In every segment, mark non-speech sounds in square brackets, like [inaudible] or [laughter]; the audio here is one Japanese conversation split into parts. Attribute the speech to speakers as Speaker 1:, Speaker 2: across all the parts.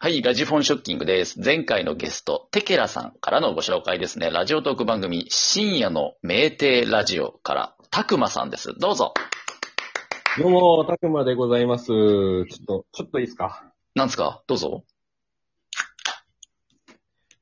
Speaker 1: はい、ラジフォンショッキングです。前回のゲスト、テケラさんからのご紹介ですね。ラジオトーク番組、深夜の名帝ラジオから、たくまさんです。どうぞ。
Speaker 2: どうも、たくまでございます。ちょっと、ちょっといいですか
Speaker 1: なんですかどうぞ。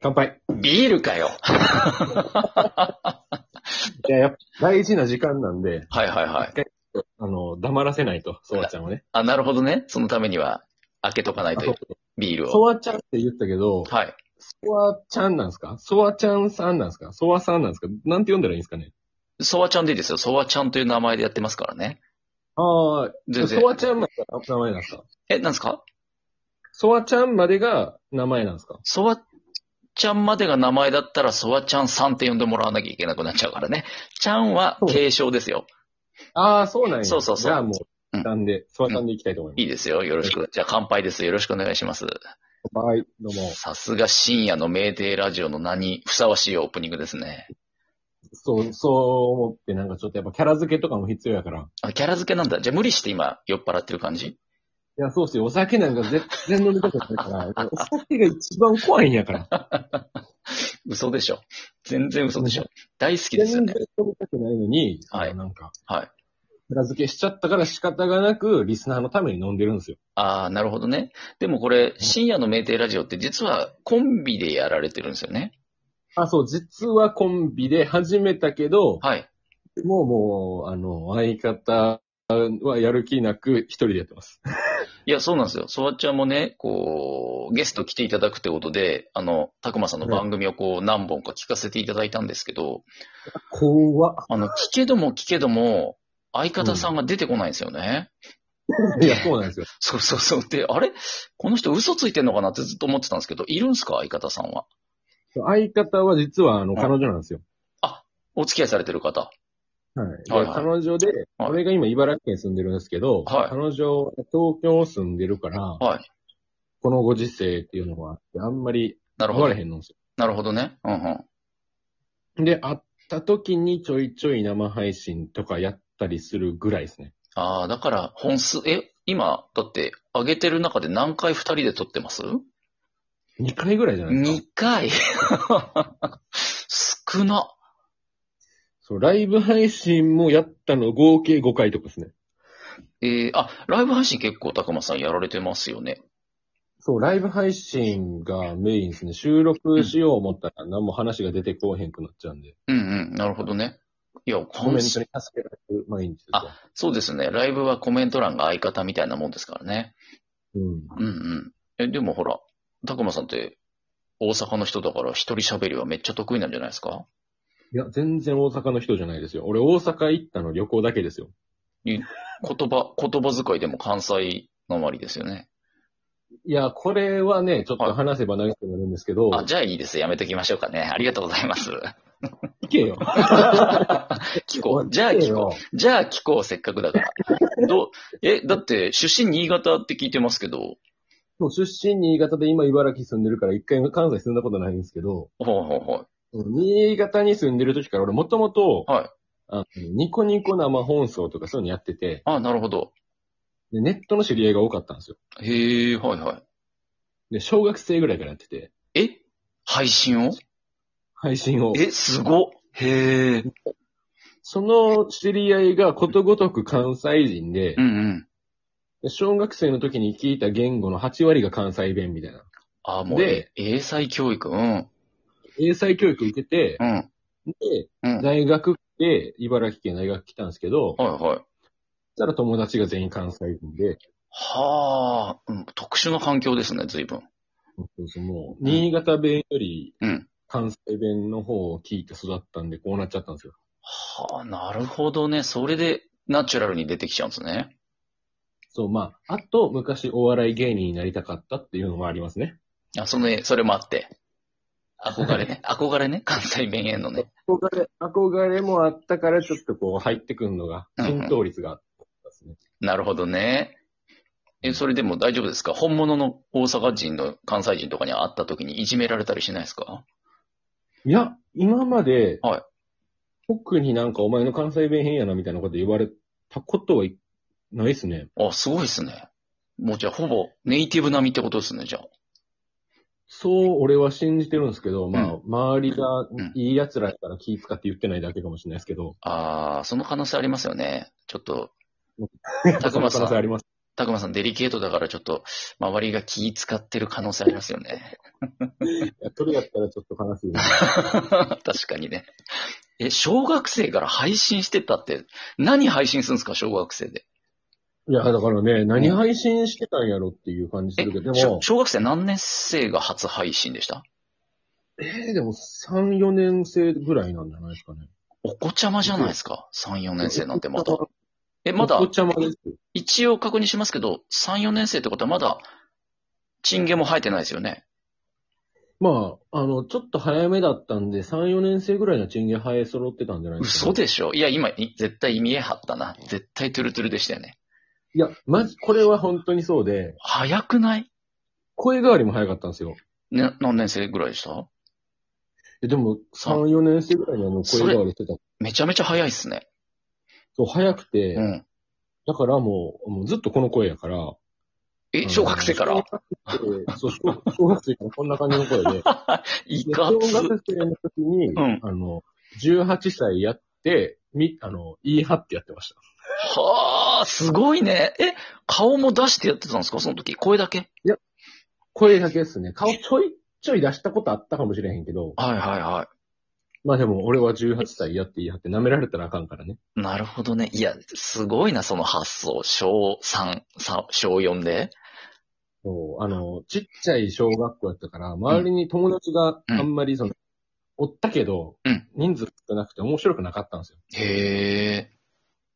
Speaker 2: 乾杯。
Speaker 1: ビールかよ。
Speaker 2: いや、やっぱ大事な時間なんで、
Speaker 1: はいはいはい。
Speaker 2: あの、黙らせないと、ソワちゃんをね。
Speaker 1: あ、なるほどね。そのためには、開けとかない
Speaker 2: あ
Speaker 1: と、ビール
Speaker 2: ソ
Speaker 1: を。
Speaker 2: ワちゃんって言ったけど、
Speaker 1: はい。
Speaker 2: ソワちゃんなんですかソワちゃんさんなんですかソワさんなんですかなんて呼んだらいいんですかね
Speaker 1: ソワちゃんでいいですよ。ソワちゃんという名前でやってますからね。
Speaker 2: あ
Speaker 1: 全
Speaker 2: あ、
Speaker 1: 然
Speaker 2: ソ。ワちゃんまでが名前なんですか
Speaker 1: え、なんですか
Speaker 2: ソワちゃんまでが名前なんですか
Speaker 1: ソワちゃんまでが名前だったら、ソワちゃんさんって呼んでもらわなきゃいけなくなっちゃうからね。ちゃんは継承ですよ。
Speaker 2: ああ、そうなんや。
Speaker 1: そうそうそう
Speaker 2: じゃあも
Speaker 1: う
Speaker 2: う、
Speaker 1: ん
Speaker 2: なんで、ソワちゃんでいきたいと思い
Speaker 1: いいですよ。よろしく。じゃあ乾杯です。よろしくお願いします。
Speaker 2: ます。はい、どうも。
Speaker 1: さすが深夜の名帝ラジオの名にふさわしいオープニングですね。
Speaker 2: そう、そう思って、なんかちょっとやっぱキャラ付けとかも必要やから。
Speaker 1: あ、キャラ付けなんだ。じゃあ無理して今酔っ払ってる感じ
Speaker 2: いや、そうっすよ。お酒なんか絶対飲みたくない
Speaker 1: [laughs]
Speaker 2: から、お酒が一番怖いんやから。
Speaker 1: 嘘でしょ。全然嘘でしょ。大好きですよ
Speaker 2: 全
Speaker 1: ね
Speaker 2: 然。飲みたくないのに、
Speaker 1: はい
Speaker 2: あのなんか、
Speaker 1: はい。
Speaker 2: 裏付けしちゃったから仕方がなく、リスナーのために飲んでるんですよ。
Speaker 1: ああ、なるほどね。でもこれ、深夜の名帝ラジオって実はコンビでやられてるんですよね。
Speaker 2: あ、そう、実はコンビで始めたけど、
Speaker 1: はい。
Speaker 2: もうもう、あの、相方はやる気なく一人でやってます。
Speaker 1: いや、そうなんですよ。ソワちゃんもね、こう、ゲスト来ていただくってことで、あの、たくまさんの番組をこう、何本か聞かせていただいたんですけど、
Speaker 2: 怖っ。
Speaker 1: あの、聞けども聞けども、相方さんが出てこないんですよね。
Speaker 2: いや、そうなんですよ。
Speaker 1: そうそうそう。で、あれこの人嘘ついてんのかなってずっと思ってたんですけど、いるんすか相方さんは。
Speaker 2: 相方は実は、あの、
Speaker 1: ん
Speaker 2: 彼女なんですよ。
Speaker 1: お付き合いされてる方。
Speaker 2: はい。
Speaker 1: はい
Speaker 2: で
Speaker 1: はい
Speaker 2: 彼女で、
Speaker 1: はい
Speaker 2: 俺が今茨城県住んでるんですけど、
Speaker 1: はい
Speaker 2: 彼女、東京住んでるから、
Speaker 1: はい。
Speaker 2: このご時世っていうのはあって、あんまり
Speaker 1: なる
Speaker 2: 言
Speaker 1: ほ
Speaker 2: わ
Speaker 1: ど
Speaker 2: れ。へんのんです
Speaker 1: なるほどね。うんうん。
Speaker 2: よ。で、会った時にちょいちょい生配信とかやったりするぐらいですね。
Speaker 1: ああ、だから、本数、え、今、だって、上げてる中で何回二人で撮ってます
Speaker 2: 2回ぐらいじゃないですか。
Speaker 1: ?2 回。少な。
Speaker 2: そう、ライブ配信もやったの合計5回とかですね。
Speaker 1: えー、あ、ライブ配信結構、たくまさんやられてますよね。
Speaker 2: そう、ライブ配信がメインですね。収録しよう思ったら何も話が出てこうへんくなっちゃうんで、
Speaker 1: うんうん。なるほどね。いや、
Speaker 2: コメント
Speaker 1: 本
Speaker 2: に
Speaker 1: 数
Speaker 2: 助けられる毎日ですよ。
Speaker 1: そうですね。ライブはコメント欄が相方みたいなもんですからね。
Speaker 2: うん。
Speaker 1: うんうん。え、でもほら、たくまさんって大阪の人だから一人喋りはめっちゃ得意なんじゃないですか
Speaker 2: いや、全然大阪の人じゃないですよ。俺大阪行ったの旅行だけですよ。
Speaker 1: 言葉、言葉遣いでも関西なまりですよね。
Speaker 2: いや、これはね、ちょっと話せば長くなるんですけど、
Speaker 1: あ、じゃあいいです。やめときましょうかね。ありがとうござい [laughs] ます。
Speaker 2: 行けよ。
Speaker 1: 聞こう。じゃあ聞こ
Speaker 2: う。
Speaker 1: う。じゃあ聞こう、せっかくだから。どう、え、だって出身新潟って聞いてますけど、
Speaker 2: もう出身新潟で今茨城住んでるから一回も関西住んだことないんですけど、
Speaker 1: ほうほうほう。
Speaker 2: 新潟に住んでる時から俺もともと、
Speaker 1: はい
Speaker 2: あのニコニコ生放送とかそういうのやってて
Speaker 1: あ、なるほど。
Speaker 2: で、ネットの知り合いが多かったんですよ。
Speaker 1: へえ、はいは
Speaker 2: で、小学生ぐらいからやってて、
Speaker 1: い。え配信を
Speaker 2: 配信を。
Speaker 1: え、すごっ。へえ。
Speaker 2: その知り合いがことごとく関西人で
Speaker 1: うんう、ん。
Speaker 2: で小学生の時に聞いた言語の8割が関西弁みたいな。
Speaker 1: あ、もう、
Speaker 2: で
Speaker 1: 英才教育。うん。
Speaker 2: 英才教育受けて、
Speaker 1: うん。
Speaker 2: で、
Speaker 1: うん
Speaker 2: 大学で、茨城県大学来たんですけど、そし
Speaker 1: はいはい。
Speaker 2: たら友達が全員関西人で、
Speaker 1: はあ、うん特殊な環境ですね、随分。
Speaker 2: そうそうもう、新潟弁より
Speaker 1: うん、
Speaker 2: 関西弁の方を聞いて育ったんで、こうなっちゃったんですよ。
Speaker 1: はあ、なるほどね。それで、ナチュラルに出てきちゃうんですね。
Speaker 2: そう、まあ、あと、昔お笑い芸人になりたかったっていうのもありますね。
Speaker 1: あ、その、それもあって。憧れね。憧れね。関西弁へのね。
Speaker 2: 憧れ、憧れもあったから、ちょっとこう、入ってくるのが、
Speaker 1: うんうん
Speaker 2: 浸透率があったですね。
Speaker 1: なるほどね。え、それでも大丈夫ですか本物の大阪人の関西人とかに会った時にいじめられたりしないですか
Speaker 2: いや、今まで、
Speaker 1: はい
Speaker 2: 特になんかお前の関西弁変やなみたいなこと言われたことはないですね。
Speaker 1: あ、すごいですね。もうじゃあ、ほぼネイティブ並みってことですね、じゃあ。
Speaker 2: そう俺は信じてるんですけど、まあ
Speaker 1: う、
Speaker 2: 周りが
Speaker 1: ん
Speaker 2: いい奴らやから気使って言ってないだけかもしれないですけど、
Speaker 1: ああ、その可能性ありますよね。ちょっ
Speaker 2: [laughs]
Speaker 1: と、たく
Speaker 2: そ
Speaker 1: ま
Speaker 2: の可
Speaker 1: さ
Speaker 2: 能性あ
Speaker 1: ん、
Speaker 2: ります。
Speaker 1: たくまさんデリケートだからちょっと、周りが気使ってる可能性ありますよね。 [laughs]
Speaker 2: いやそれやったらちょっと悲しいな。
Speaker 1: 確かにね。え、小学生から配信してたって、何配信するんですか、小学生で。
Speaker 2: いや、だからね、何配信してたんやろっていう感じす
Speaker 1: え
Speaker 2: るけど、、で
Speaker 1: 小
Speaker 2: も、
Speaker 1: 小学生何年生が初配信でした
Speaker 2: えーでも3、4年生ぐらいなんじゃないですかね。
Speaker 1: お子ちゃまじゃないですか ?3、4年生なんてまだ。
Speaker 2: お
Speaker 1: え、まだ
Speaker 2: っ、ちゃまです。
Speaker 1: 一応確認しますけど、3、4年生ってことはまだ、チンゲも生えてないですよね。
Speaker 2: まあ、あの、ちょっと早めだったんで、3、4年生ぐらいのチンゲ生え揃ってたんじゃないですか、
Speaker 1: 嘘でしょいや、今、い絶対見え張ったな。絶対トゥルトゥルでしたよね。
Speaker 2: いや、まじ、これは本当にそうで、
Speaker 1: 早くない
Speaker 2: 声変わりも早かったんですよ。
Speaker 1: ね、何年生ぐらいでした
Speaker 2: えでも、3、4年生ぐらいにはもう声変わりしてた。
Speaker 1: めちゃめちゃ早いっすね。
Speaker 2: そう、早くて、
Speaker 1: うん。
Speaker 2: だからもう、もうずっとこの声やから。あ
Speaker 1: え、
Speaker 2: の
Speaker 1: 小学生から
Speaker 2: 小学生そう、小小学生からこんな感じの声
Speaker 1: [laughs]
Speaker 2: で。
Speaker 1: い
Speaker 2: で
Speaker 1: か
Speaker 2: 小
Speaker 1: つ。
Speaker 2: 学生の時に、
Speaker 1: うん
Speaker 2: あの、18歳やって、み、あの、言い張ってやってました。
Speaker 1: はあ、すごいね。え、顔も出してやってたんですかその時。声だけ
Speaker 2: 声だけですね。顔ちょいちょい出したことあったかもしれへんけど、
Speaker 1: はいはいは
Speaker 2: まあでも俺は18歳やって言い張って舐められたらあかんからね。
Speaker 1: い。なるほどね。いや、すごいな、その発想。小3、さ小4で。
Speaker 2: そう、あの、ちっちゃい小学校やったから、周りに友達が
Speaker 1: うん
Speaker 2: あんまりその、おったけど、
Speaker 1: うん
Speaker 2: 人数少なくて面白くなかったんですよ。
Speaker 1: へえ。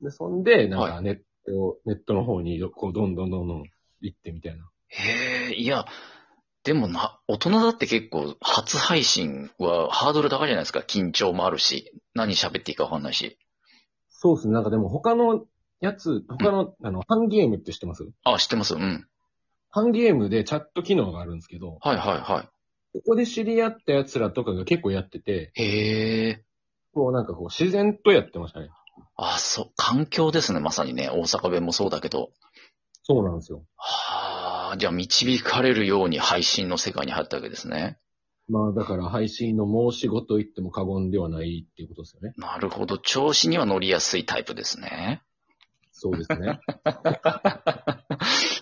Speaker 2: で、そんで、なんかネット、ネットの方にど、こう、どんどんどんどん行ってみたいな。
Speaker 1: へえ、いや、でもな、大人だって結構初配信はハードル高いじゃないですか。緊張もあるし、何喋っていいかわかんないし。
Speaker 2: そうですね。なんかでも他のやつ、他の、あの、ハンゲームって知ってます
Speaker 1: あ、知ってますうん。
Speaker 2: ハンゲームでチャット機能があるんですけど、
Speaker 1: はいはいは
Speaker 2: ここで知り合った奴らとかが結構やってて、
Speaker 1: い。へえ。
Speaker 2: こうなんかこう自然とやってましたね。
Speaker 1: あ、そう、環境ですね、まさにね。大阪弁もそうだけど。
Speaker 2: そうなんですよ。
Speaker 1: はあ、じゃあ導かれるように配信の世界に入ったわけですね。
Speaker 2: まあだから配信の申し子と言っても過言ではないっていうことですよね。
Speaker 1: なるほど。調子には乗りやすいタイプですね。
Speaker 2: そうですね。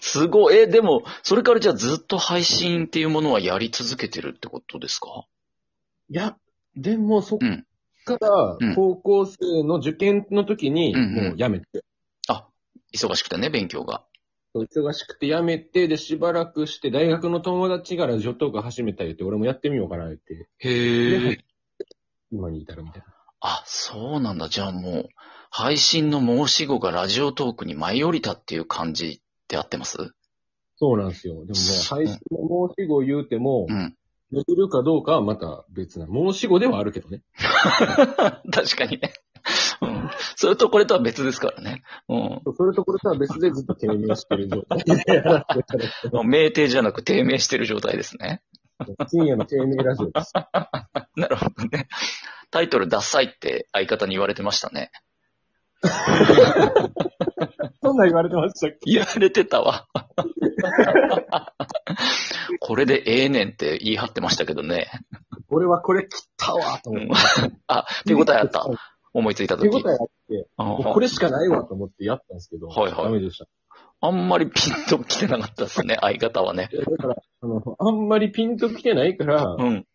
Speaker 1: すごい。え、でも、それからじゃあずっと配信っていうものはやり続けてるってことですか
Speaker 2: [laughs] いや、でもそっ
Speaker 1: うん
Speaker 2: から
Speaker 1: うん
Speaker 2: 高校生の受験の時に
Speaker 1: うんうん
Speaker 2: もうやめて、
Speaker 1: 忙しくてね、勉強が。
Speaker 2: 忙しくてやめて、でしばらくして大学の友達から女とか始めたりって俺もやってみようかなって、
Speaker 1: へ
Speaker 2: え。今に至るみたいな。
Speaker 1: あ、そうなんだ。じゃあもう、配信の申し子がラジオトークに舞い降りたっていう感じで合ってます
Speaker 2: そうなんですよ。でももう配信の申し子を言うても、
Speaker 1: うん。 [laughs]
Speaker 2: できるかどうかはまた別な。申し子ではあるけどね。
Speaker 1: 確かにね。 [laughs] うん。それとこれとは別ですからね。うん。
Speaker 2: それとこれとは別でずっと低迷してる状態でやらせ [laughs] ていただいて
Speaker 1: もう酩酊じゃなく低迷してる状態ですね。
Speaker 2: ます深夜の低迷ラジオ [laughs] です。
Speaker 1: なるほどね。タイトルダサいって相方に言われてましたね。
Speaker 2: そんなん言われてましたっけ
Speaker 1: 言われてたわ。 [laughs] これでええねんって言い張ってましたけどね。
Speaker 2: 俺はこれ切ったわと思って。
Speaker 1: あ、手応えあった。思いついた
Speaker 2: 手
Speaker 1: 時。
Speaker 2: 応えあって、
Speaker 1: うん
Speaker 2: これしかないわと思ってやったんですけど、
Speaker 1: はいはい
Speaker 2: ダメでした。
Speaker 1: あんまりピンと来てなかったです [laughs] ね、相方はね。
Speaker 2: いやだから、あの、あんまりピンときてないから、
Speaker 1: うん。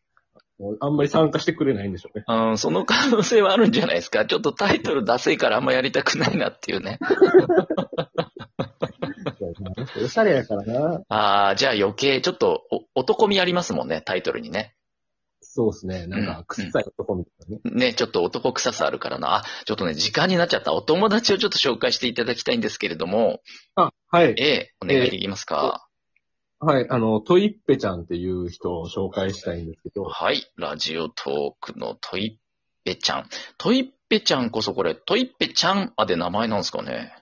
Speaker 2: あんまり参加してくれないんでしょうね。 [laughs]
Speaker 1: うん、その可能性はあるんじゃないですか。ち [laughs] ょっとタイトルダセいからあんまやりたくないなっていうね。
Speaker 2: おしゃれやからな。
Speaker 1: ああ、じゃあ余計、ちょっとお男味ありますもんね、タイトルにね。
Speaker 2: そうですね。なんか、臭い男みたいなね。
Speaker 1: ね、ちょっと男臭さあるからな。あ、ちょっとね、時間になっちゃった。お友達をちょっと紹介していただきたいんですけれども、
Speaker 2: あ、はい。
Speaker 1: ええ、お願いできますか、
Speaker 2: はい、あの、トイッペちゃんっていう人を紹介したいんですけど、
Speaker 1: はい、ラジオトークのトイッペちゃん。トイッペちゃんこそこれ、トイッペちゃんあで名前なんですかね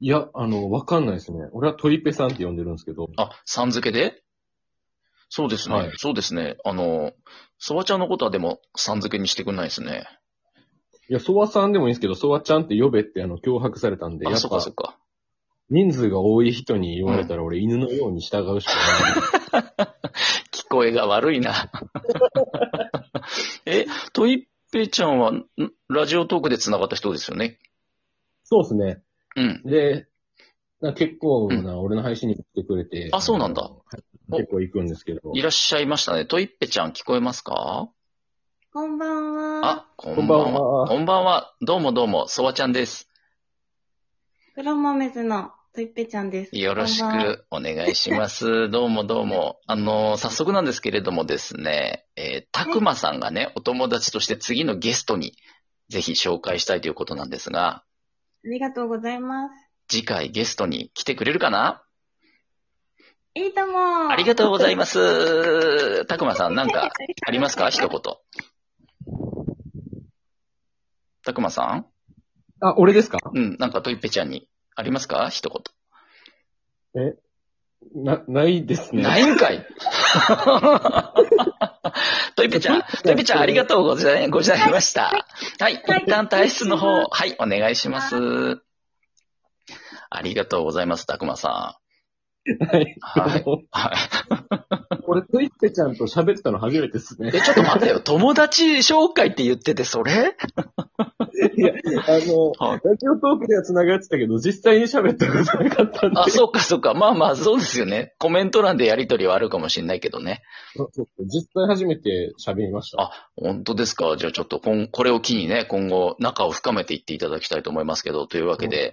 Speaker 2: いや、あの、わかんないですね。俺はトイペさんって呼んでるんですけど、
Speaker 1: あ、さん付けでそうですね、
Speaker 2: はい
Speaker 1: そうですね。あの、そばちゃんのことはでも、さん付けにしてくんないですね。
Speaker 2: いや、ソワさんでもいいんですけど、ソワちゃんって呼べってあの、脅迫されたんで、や
Speaker 1: あ、
Speaker 2: っ
Speaker 1: そっかそ
Speaker 2: ぱ
Speaker 1: っ、か。
Speaker 2: 人数が多い人に言われたら俺犬のように従うしかない。
Speaker 1: 聞聞こえが悪いな。え、トイペちゃんは、んラジオトークで繋がった人ですよね。
Speaker 2: [laughs] そうですね。
Speaker 1: うん。
Speaker 2: で、な結構な、俺の配信に来てくれて。
Speaker 1: あそうなんだ
Speaker 2: あの。結構行くんですけど。
Speaker 1: いらっしゃいましたね。トイペちゃん聞こえますか
Speaker 3: こんばんは。
Speaker 1: あ、こんばん
Speaker 2: こんばん
Speaker 1: は。
Speaker 2: は
Speaker 1: こんばんは。どうもどうも、ソワちゃんです。
Speaker 3: 黒豆ズのといっぺちゃんです。
Speaker 1: よろし
Speaker 3: こんばんは
Speaker 1: くお願いします。 [laughs] どうもどうも。あの、早速なんですけれどもですね、えー、たくまさんがね、お友達として次のゲストにぜひ紹介したいということなんですが、
Speaker 3: ありがとうございます。
Speaker 1: 次回ゲストに来てくれるかない
Speaker 3: いとも
Speaker 1: ありがとうございます。 [laughs] たくまさん、なん
Speaker 3: [laughs]
Speaker 1: かありますか一言。たくまさん
Speaker 2: あ、俺ですか
Speaker 1: うん、なんかトイペちゃんにありますか一言。
Speaker 2: な、ないですね。 [laughs]
Speaker 1: ないんか [laughs] いトイペちゃん、トイペちゃんありがとうございございました。はい、一旦退室の方、はい、お願いします。ありがとうございます、たくまさ
Speaker 2: は
Speaker 1: ん。
Speaker 2: い
Speaker 1: はい。はい。
Speaker 2: [laughs] 俺、トイッペちゃんと喋ったの初めてですね。
Speaker 1: え、ちょっと待てよ、友達紹介って言ってて、それ
Speaker 2: いや、あの、
Speaker 1: はい
Speaker 2: ラジオトークでは繋がってたけど、実際に喋ったことなかったんで。
Speaker 1: あ、そうかそうか。まあまあ、そうですよね。コメント欄でやりとりはあるかもしれないけどね。
Speaker 2: そうそう実際初めて喋りました。
Speaker 1: あ本当ですか。じゃあちょっとこん、これを機にね、今後、仲を深めていっていただきたいと思いますけど、というわけで、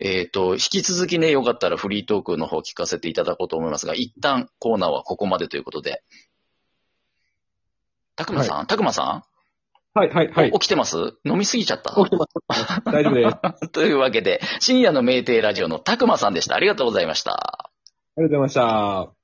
Speaker 1: えっ、と、引き続きね、よかったらフリートークの方聞かせていただこうと思いますが、一旦コーナーはここまでということで。たくまさん、たくまさ
Speaker 2: はい、はい、
Speaker 1: ん、
Speaker 2: はい。
Speaker 1: お起きてます飲みすぎちゃった
Speaker 2: 起きてます。大丈夫です。ありがと
Speaker 1: [laughs] というわけで、深夜の名帝ラジオのたくまさんでした。ありがとうございました。
Speaker 2: うございました。